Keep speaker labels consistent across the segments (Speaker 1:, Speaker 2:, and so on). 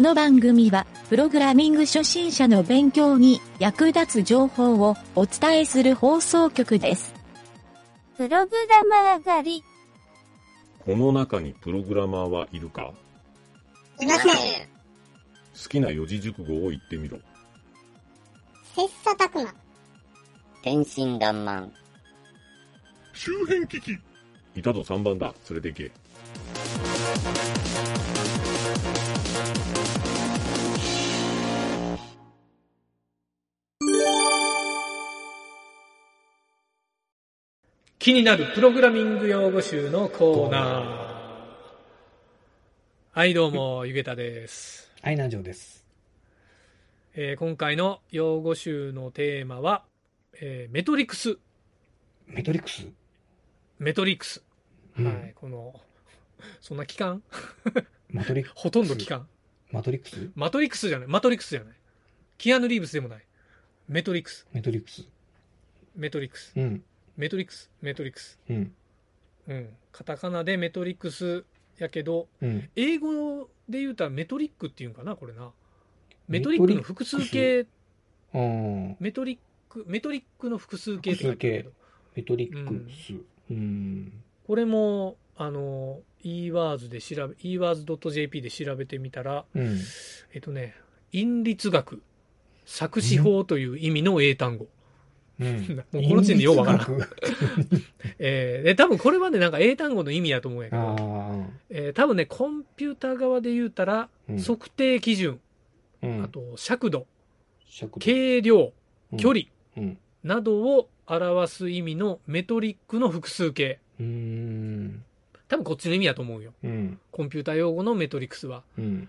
Speaker 1: の番組は、プログラミング初心者の勉強に役立つ情報をお伝えする放送局です。
Speaker 2: プログラマー狩り。
Speaker 3: この中にプログラマーはいるか
Speaker 4: いません。
Speaker 3: 好きな四字熟語を言ってみろ。
Speaker 4: 切磋琢磨。
Speaker 5: 天真爛漫。
Speaker 3: 周辺機器いたと3番だ。連れて行け。
Speaker 6: 気になるプログラミング用語集のコーナー。はい、どうも、ゆげたです。
Speaker 7: はい、南條です。
Speaker 6: えー今回の用語集のテーマは、えーメトリクス、
Speaker 7: メトリックス、
Speaker 6: メトリクス。
Speaker 7: うん
Speaker 6: はい、この、そんな期間
Speaker 7: マトリック
Speaker 6: ほとんど期間。
Speaker 7: マトリックス
Speaker 6: マトリックスじゃない、マトリックスじゃない。キアヌ・リーブスでもない。メトリクス、
Speaker 7: メトリックス。
Speaker 6: メトリクス、
Speaker 7: うん。
Speaker 6: メトリクス、メトリクス。
Speaker 7: うん。
Speaker 6: うん。カタカナでメトリクスやけど、
Speaker 7: うん。
Speaker 6: 英語で言うたらメトリックっていうんかな、これな。メトリックの複数形、
Speaker 7: あー
Speaker 6: メトリック、メトリックの複数形って書いてあるけど
Speaker 7: メトリックス。うん。
Speaker 6: これも、あの、ewords で調べ、ewords.jp で調べてみたら、
Speaker 7: うん。
Speaker 6: えっとね、因律学、作詞法という意味の英単語。
Speaker 7: うん。
Speaker 6: も うこの時点でようわからん。
Speaker 7: ん。
Speaker 6: えーで、多分これはね、なんか英単語の意味やと思うんやけ
Speaker 7: あ
Speaker 6: ど、
Speaker 7: あ。
Speaker 6: えー多分ね、コンピューター側で言うたら、
Speaker 7: うん
Speaker 6: 測定基準、
Speaker 7: うん
Speaker 6: あと尺度、
Speaker 7: 尺度
Speaker 6: 軽量、
Speaker 7: うん
Speaker 6: 距離
Speaker 7: うん。
Speaker 6: などを表す意味のメトリックの複数形。
Speaker 7: うーん。
Speaker 6: 多分こっちの意味やと思うよ。
Speaker 7: うん。
Speaker 6: コンピュータ用語のメトリックスは。
Speaker 7: うん。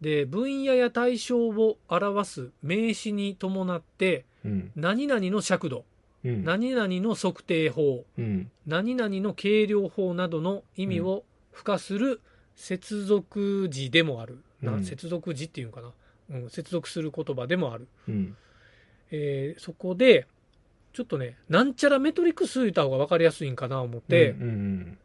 Speaker 6: で、分野や対象を表す名詞に伴って、
Speaker 7: うん。
Speaker 6: 何々の尺度、
Speaker 7: うん。
Speaker 6: 何々の測定法、
Speaker 7: うん。
Speaker 6: 何々の計量法などの意味を付加する接続詞でもある。な
Speaker 7: うん
Speaker 6: 接続詞っていうのかな、うん。接続する言葉でもある。
Speaker 7: うん。
Speaker 6: えーそこで、ちょっとね、なんちゃらメトリクス言った方が分かりやすいんかな思って、
Speaker 7: うん。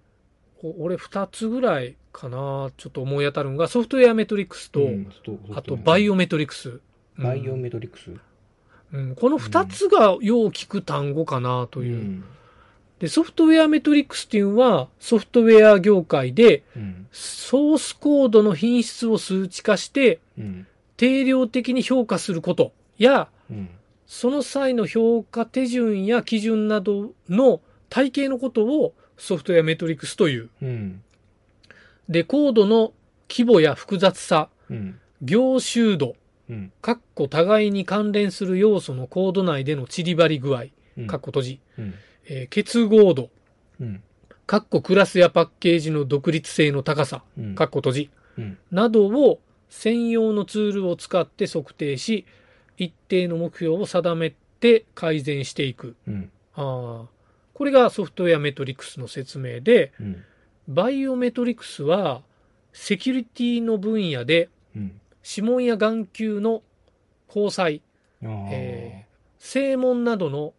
Speaker 6: こ俺2つぐらいかな、ちょっと思い当たるんが、ソフトウェアメトリクスと、
Speaker 7: うん、
Speaker 6: あとバイ
Speaker 7: オ。
Speaker 6: オメトリクス。うん
Speaker 7: バイオメトリックス。
Speaker 6: うん、この2つがよう聞く単語かなと
Speaker 7: う
Speaker 6: いう。
Speaker 7: ん。
Speaker 6: で、ソフトウェアメトリックスっていうのは、ソフトウェア業界で、
Speaker 7: うん。
Speaker 6: ソースコードの品質を数値化して、
Speaker 7: うん。
Speaker 6: 定量的に評価することや、
Speaker 7: うん。
Speaker 6: その際の評価手順や基準などの体系のことをソフトウェアメトリックスという。
Speaker 7: うん。
Speaker 6: で、コードの規模や複雑さ、
Speaker 7: うん。
Speaker 6: 業種度、
Speaker 7: うん。
Speaker 6: かっこ互いに関連する要素のコード内での散りばり具合、
Speaker 7: うん
Speaker 6: かっこ閉じ、
Speaker 7: うん。
Speaker 6: えー結合度、
Speaker 7: うん。
Speaker 6: かっこクラスやパッケージの独立性の高さ、
Speaker 7: うん。
Speaker 6: かっこ閉じ、
Speaker 7: うん。
Speaker 6: などを専用のツールを使って測定し、一定の目標を定めて改善していく。
Speaker 7: うん。
Speaker 6: あーこれがソフトウェアメトリックスの説明で、
Speaker 7: うん。
Speaker 6: バイオメトリックスは、セキュリティの分野で、
Speaker 7: うん。
Speaker 6: 指紋や眼球の交際、
Speaker 7: あー
Speaker 6: え正門などの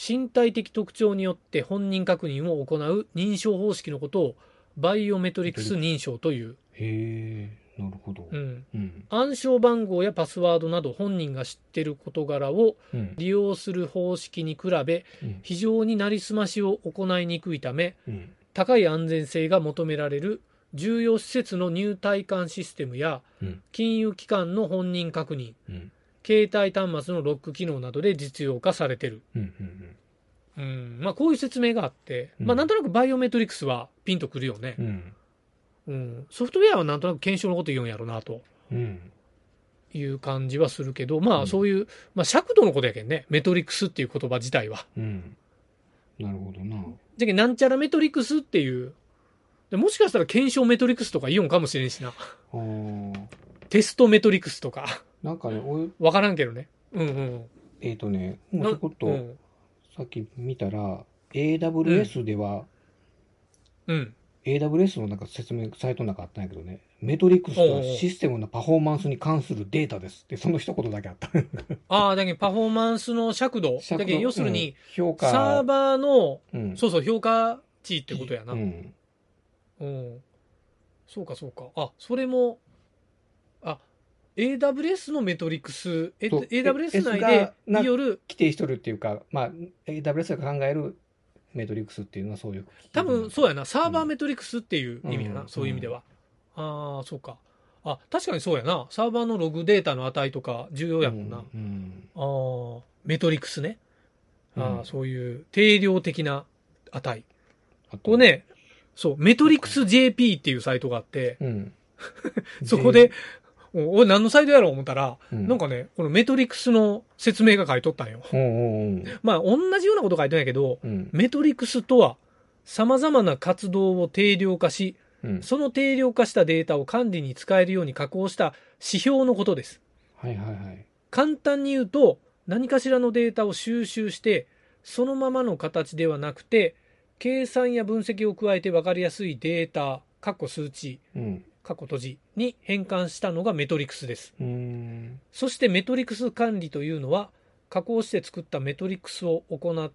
Speaker 6: 身体的特徴によって本人確認を行う認証方式のことをバイオメトリクス認証という、
Speaker 7: へえ、なるほど。
Speaker 6: うん、
Speaker 7: うん。
Speaker 6: 暗証番号やパスワードなど本人が知ってる事柄を
Speaker 7: うん。
Speaker 6: 利用する方式に比べ
Speaker 7: うん。
Speaker 6: 非常になりすましを行いにくいため
Speaker 7: うん。
Speaker 6: 高い安全性が求められる重要施設の入退館システムや
Speaker 7: うん
Speaker 6: 金融機関の本人確認
Speaker 7: うん。
Speaker 6: 携帯端末のロック機能などで実用化されてる
Speaker 7: うん。
Speaker 6: う
Speaker 7: うん。
Speaker 6: んまあ、こういう説明があって、
Speaker 7: うん
Speaker 6: まあ、なんとなくバイオメトリクスはピンとくるよね
Speaker 7: う、ん。
Speaker 6: うん、ソフトウェアはなんとなく検証のこと言うんやろうなと
Speaker 7: うん。
Speaker 6: いう感じはするけど、ま
Speaker 7: う
Speaker 6: あ、
Speaker 7: ん
Speaker 6: そういう、まあ、尺度のことやけんね、メトリクスっていう言葉自体は。
Speaker 7: うん。なるほどな。
Speaker 6: じゃけんなんちゃらメトリクスっていう、でもしかしたら検証メトリクスとかイオンかもしれんしな、
Speaker 7: あー
Speaker 6: テストメトリクスとか、
Speaker 7: なんかね、おい
Speaker 6: わからんけどね。うんうん。
Speaker 7: えっ、とね、もう
Speaker 6: な
Speaker 7: ちょこっ
Speaker 6: う
Speaker 7: と
Speaker 6: ん。
Speaker 7: さっき見たら、AWS では、
Speaker 6: うん。
Speaker 7: AWS のなんか説明、サイトの中あったんやけどね、メトリックスとはシステムのパフォーマンスに関するデータですって、その一言だけあった。
Speaker 6: ああ、だけんパフォーマンスの尺度、だけん要する
Speaker 7: うん
Speaker 6: に、、
Speaker 7: 評価、
Speaker 6: サーバーの、
Speaker 7: うん、
Speaker 6: そうそう、評価値ってことやな。
Speaker 7: うん。
Speaker 6: うん。そうか、そうか。あ、それも、あ、 AWS のメトリックス、えっと
Speaker 7: そう
Speaker 6: AWS 内
Speaker 7: S が
Speaker 6: で
Speaker 7: な
Speaker 6: による、
Speaker 7: 規定しとるっていうか、まあ、AWS が考えるメトリックスっていうのはそういう。
Speaker 6: 多分そうやな、サーバーメトリックスっていう意味やな、
Speaker 7: うん
Speaker 6: そういう意味では。ああ、そうか。あ、確かにそうやな、サーバーのログデータの値とか重要やもんな。
Speaker 7: うんうん
Speaker 6: ああ、メトリックスね。ああ、
Speaker 7: うん
Speaker 6: そういう定量的な値。
Speaker 7: あと
Speaker 6: これ、ね、そう、メトリックス JP っていうサイトがあって、
Speaker 7: うん、
Speaker 6: そこで、おおい、何のサイトやろう思ったら、
Speaker 7: で、
Speaker 6: なんか
Speaker 7: か、
Speaker 6: ね、このメトリックスの説明が書いとったんよ。
Speaker 7: うんうん
Speaker 6: まあ、同じようなこと書いてないけど、
Speaker 7: うん
Speaker 6: メトリックスとは、様々な活動を定量化し、
Speaker 7: うん、
Speaker 6: その定量化したデータを管理に使えるように加工した指標のことです。
Speaker 7: はいはいはい。
Speaker 6: 簡単に言うと何かしらのデータを収集してそのままの形ではなくて計算や分析を加えて分かりやすいデータ括弧数値
Speaker 7: うん、
Speaker 6: 括弧閉じに変換したのがメトリクスです
Speaker 7: うーん、
Speaker 6: そしてメトリクス管理というのは加工して作ったメトリクスを行っ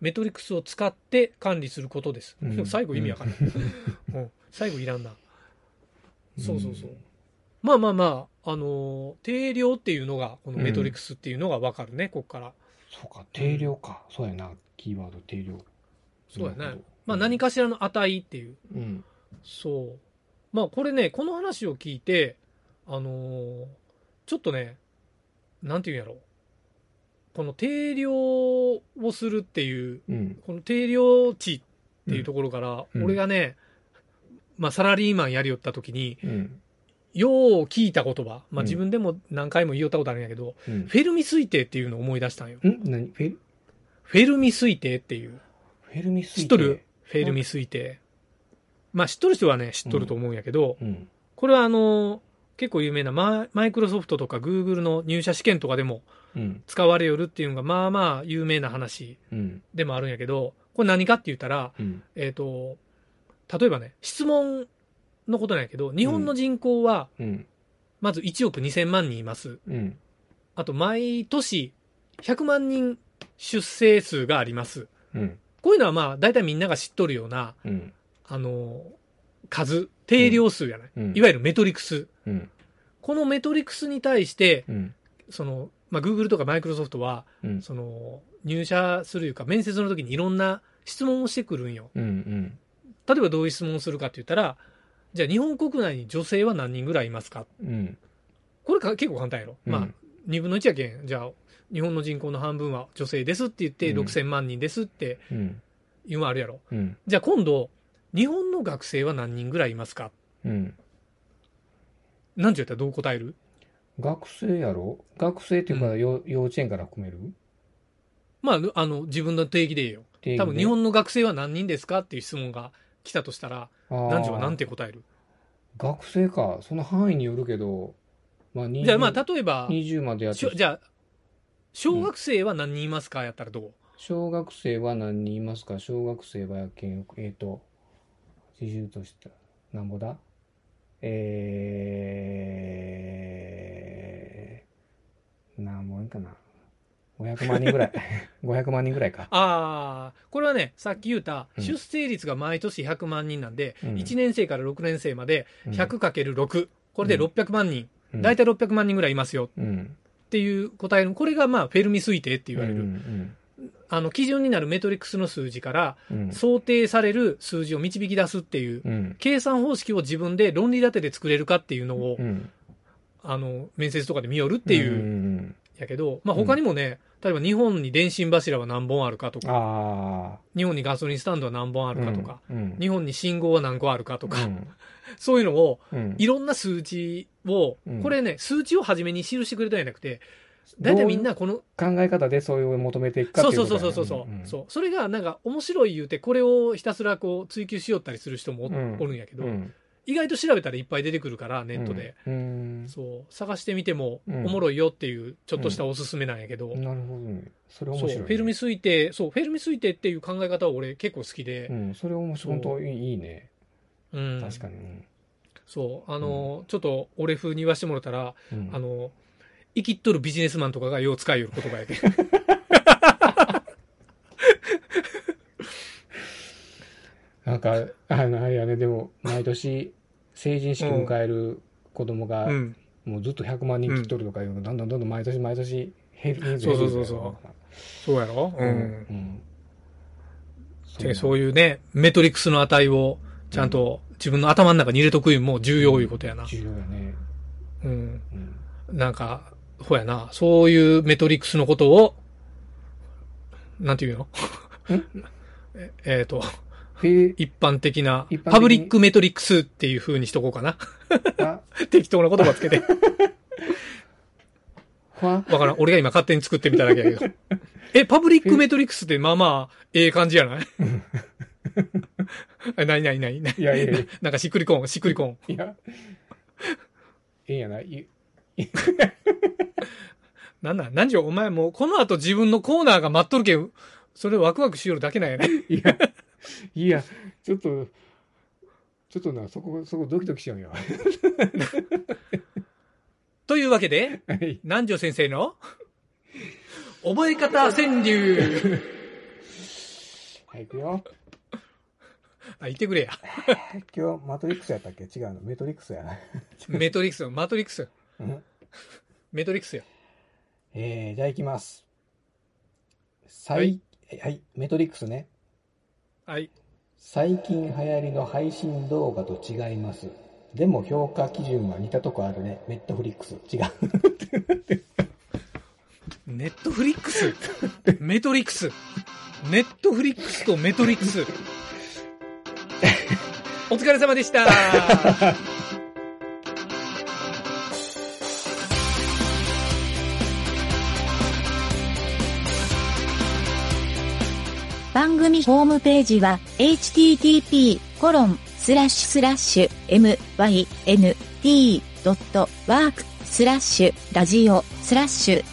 Speaker 6: メトリクスを使って管理することです、
Speaker 7: うん
Speaker 6: でも 最後意味わからん、 うん、最後いらんなそうそうそうまあまあまあ、あのー定量っていうのが、このメトリクスっていうのがわかるね、ここから。
Speaker 7: そうか、定量か。そうやな、キーワード定量。
Speaker 6: そうやね
Speaker 7: なるほど
Speaker 6: まあ何、かしらの値っていう。
Speaker 7: うん、
Speaker 6: そう。まあこれね、この話を聞いて、あのーちょっとね、なんていうんやろう。この定量をするっていう、
Speaker 7: うん、
Speaker 6: この定量値っていうところから、
Speaker 7: うん
Speaker 6: 俺がね、まあサラリーマンやりよった時に、
Speaker 7: うん、
Speaker 6: よう聞いた言葉、まあ自分でも何回も言いよったことあるんやけど、
Speaker 7: うん。
Speaker 6: フェルミ推定っていうのを思い出したんよ。
Speaker 7: ん何フェル
Speaker 6: フェルミ推定っていう。
Speaker 7: フェルミ推定
Speaker 6: 知っとるフェルミ推定。まあ知っとる人はね、知っとると思うんやけど、
Speaker 7: うん。
Speaker 6: これはあのー結構有名なママイクロソフトとかグーグルの入社試験とかでも
Speaker 7: うん。
Speaker 6: 使われよるっていうのがまあまあ有名な話
Speaker 7: うん。
Speaker 6: でもあるんやけど、これ何かって言ったら、
Speaker 7: うん。
Speaker 6: えっ、と、例えばね、質問のことなんやけど、日本の人口は
Speaker 7: うん。
Speaker 6: まず1億2000万人います。
Speaker 7: うん。
Speaker 6: あと毎年100万人出生数があります。
Speaker 7: うん。
Speaker 6: こういうのはまあ、大体みんなが知っとるような、
Speaker 7: うん。
Speaker 6: あの、数、定量数やない。
Speaker 7: うん。
Speaker 6: いわゆるメトリクス。
Speaker 7: うん。
Speaker 6: このメトリクスに対して、
Speaker 7: うん。
Speaker 6: その、まあ、Google とか Microsoft は、
Speaker 7: うん。
Speaker 6: その、入社するいうか、面接の時にいろんな質問をしてくるんよ。
Speaker 7: うん。うん。
Speaker 6: 例えばどういう質問をするかって言ったら、じゃあ日本国内に女性は何人ぐらいいますか
Speaker 7: うん。
Speaker 6: これか結構簡単やろ。ま
Speaker 7: う
Speaker 6: あ
Speaker 7: ん、
Speaker 6: 2分の1やけん。じゃあ、日本の人口の半分は女性ですって言って、
Speaker 7: うん
Speaker 6: 6000万人ですって
Speaker 7: うん。
Speaker 6: いうのあるやろ。
Speaker 7: うん。
Speaker 6: じゃあ今度、日本の学生は何人ぐらいいますか
Speaker 7: うん。
Speaker 6: なんて言ったらどう答える
Speaker 7: 学生やろ学生っていうか、よ幼稚園から含める
Speaker 6: まあ、あの、自分の定義でいいよ。多分日本の学生は何人ですかっていう質問が来たとしたら、男
Speaker 7: 男
Speaker 6: 女は何て答える
Speaker 7: 学生か。その範囲によるけど、まあ、20
Speaker 6: じゃあまあ、例えば、
Speaker 7: 20までやっ
Speaker 6: しょ
Speaker 7: て、
Speaker 6: じゃあ、小学生は何人いますかやったらどう
Speaker 7: 小学生は何人いますか小学生はやけん、えっと、80としたら、なんぼだえー、なんぼいいかな。500万人ぐらい。500 万人ぐらいか。
Speaker 6: ああ、これはね、さっき言った、
Speaker 7: うん
Speaker 6: 出生率が毎年100万人なんで、
Speaker 7: うん
Speaker 6: 1年生から6年生まで
Speaker 7: うん、
Speaker 6: 100×6、これで
Speaker 7: うん
Speaker 6: 600万人、
Speaker 7: うん
Speaker 6: 大体600万人ぐらいいますよ
Speaker 7: うん。
Speaker 6: っていう答えの、これがまあ、フェルミ推定って言われる、
Speaker 7: うん
Speaker 6: あの、基準になるメトリックスの数字から、
Speaker 7: うんうん
Speaker 6: 想定される数字を導き出すっていう、
Speaker 7: うん
Speaker 6: 計算方式を自分で論理立てで作れるかっていうのを、
Speaker 7: うん
Speaker 6: あの、面接とかで見よるっていうう、
Speaker 7: ん
Speaker 6: やけど、まあ、他にもね、例えば日本に電信柱は何本あるかと
Speaker 7: うん
Speaker 6: か、
Speaker 7: あ
Speaker 6: 日本にガソリンスタンドは何本あ
Speaker 7: あ
Speaker 6: るかとか、
Speaker 7: うん
Speaker 6: 日本に信号は何個あるかとか、
Speaker 7: う
Speaker 6: そういうのを、
Speaker 7: ん
Speaker 6: いろんな数値を
Speaker 7: うん、
Speaker 6: これね、数値を初めに記してくれたんじゃなくて、大体みんなこの、
Speaker 7: 考え方でそれを求めていくかっ
Speaker 6: そ
Speaker 7: て
Speaker 6: う
Speaker 7: い
Speaker 6: そうう
Speaker 7: こと
Speaker 6: そ
Speaker 7: や
Speaker 6: うそう
Speaker 7: ね
Speaker 6: そう、
Speaker 7: んん
Speaker 6: そう。それがなんか面白い言うて、これをひたすらこう追求しよったりする人もお,、
Speaker 7: うん
Speaker 6: おるんやけど、
Speaker 7: うん
Speaker 6: 意外と調べたらいっぱい出てくるから、ネットで。
Speaker 7: うん
Speaker 6: そう探してみてもお
Speaker 7: うん
Speaker 6: もろいよっていうちょっとしたおすすめなんやけど、
Speaker 7: なるほどねそれ面
Speaker 6: そう
Speaker 7: 白い
Speaker 6: フ
Speaker 7: ね
Speaker 6: ェルミ推定そうフェルミ推定っていう考え方は俺結構好きで
Speaker 7: う、ん、それ面白い。
Speaker 6: そう
Speaker 7: 本当いいいいね。
Speaker 6: うん
Speaker 7: 確かに。うん
Speaker 6: そうあの、ちょっと俺風に言わしてもらったら、
Speaker 7: うん
Speaker 6: あの生きっとるビジネスマンとかがよう使いよる言葉や けど
Speaker 7: なんか、あの、あれやね、でも、毎年、成人式迎える子供が
Speaker 6: う、ん
Speaker 7: もうずっと100万人切っとるとかいうのが、だんだんどんどん毎年毎年減る。
Speaker 6: そうそうそうそうそうやろう
Speaker 7: 減る
Speaker 6: ん。
Speaker 7: うん。うん。
Speaker 6: 確かにそういうね、メトリックスの値を、ちゃんと自分の頭の中に入れとくいうのも重要いうことやな。
Speaker 7: 重要やね。
Speaker 6: うん。
Speaker 7: うん。
Speaker 6: なんか、ほやな、そういうメトリックスのことを、なんていうの ええーと、
Speaker 7: で、
Speaker 6: 一般的な
Speaker 7: 一般的、に
Speaker 6: パブリックメトリックスっていう風にしとこうかな。
Speaker 7: あ、
Speaker 6: 適当な言葉つけ て。
Speaker 7: ふわ、
Speaker 6: わからん。俺が今勝手に作ってみただけやけど。え、パブリックメトリックスってまあまあ、ええ感じや ないえなになになにない
Speaker 7: やいやいや
Speaker 6: なんかしっくりこん、しっくりこん。
Speaker 7: いや、ええんやない。い
Speaker 6: なんなん何よ、お前もうこの後自分のコーナーが待っとるけん、それワクワクしよるだけなんやね。
Speaker 7: いや、いや、ちょっと、ちょっとな、そこ、そこドキドキしちゃうよ。
Speaker 6: というわけで、
Speaker 7: はい。
Speaker 6: 南條先生の覚え方川柳
Speaker 7: はい、いくよ。
Speaker 6: あ、言ってくれや。
Speaker 7: 今日、マトリックスやったっけ違うの、メトリックスやな。
Speaker 6: メトリックスよ、マトリックスよ。
Speaker 7: うん
Speaker 6: メトリックスよ。
Speaker 7: えー、じゃあ行きます。最、はい、メトリックスね。
Speaker 6: はい。
Speaker 7: 最近流行りの配信動画と違います。でも評価基準は似たとこあるね。ネットフリックス。違う。
Speaker 6: ネットフリックス、メトリックス、ネットフリックスとメトリックス。お疲れ様でした。
Speaker 1: 番組ホームページは http://mynt.world.web.radio.net コロンスラッシュスラッシュ MYNT ドットワークスラッシュラジオスラッシュ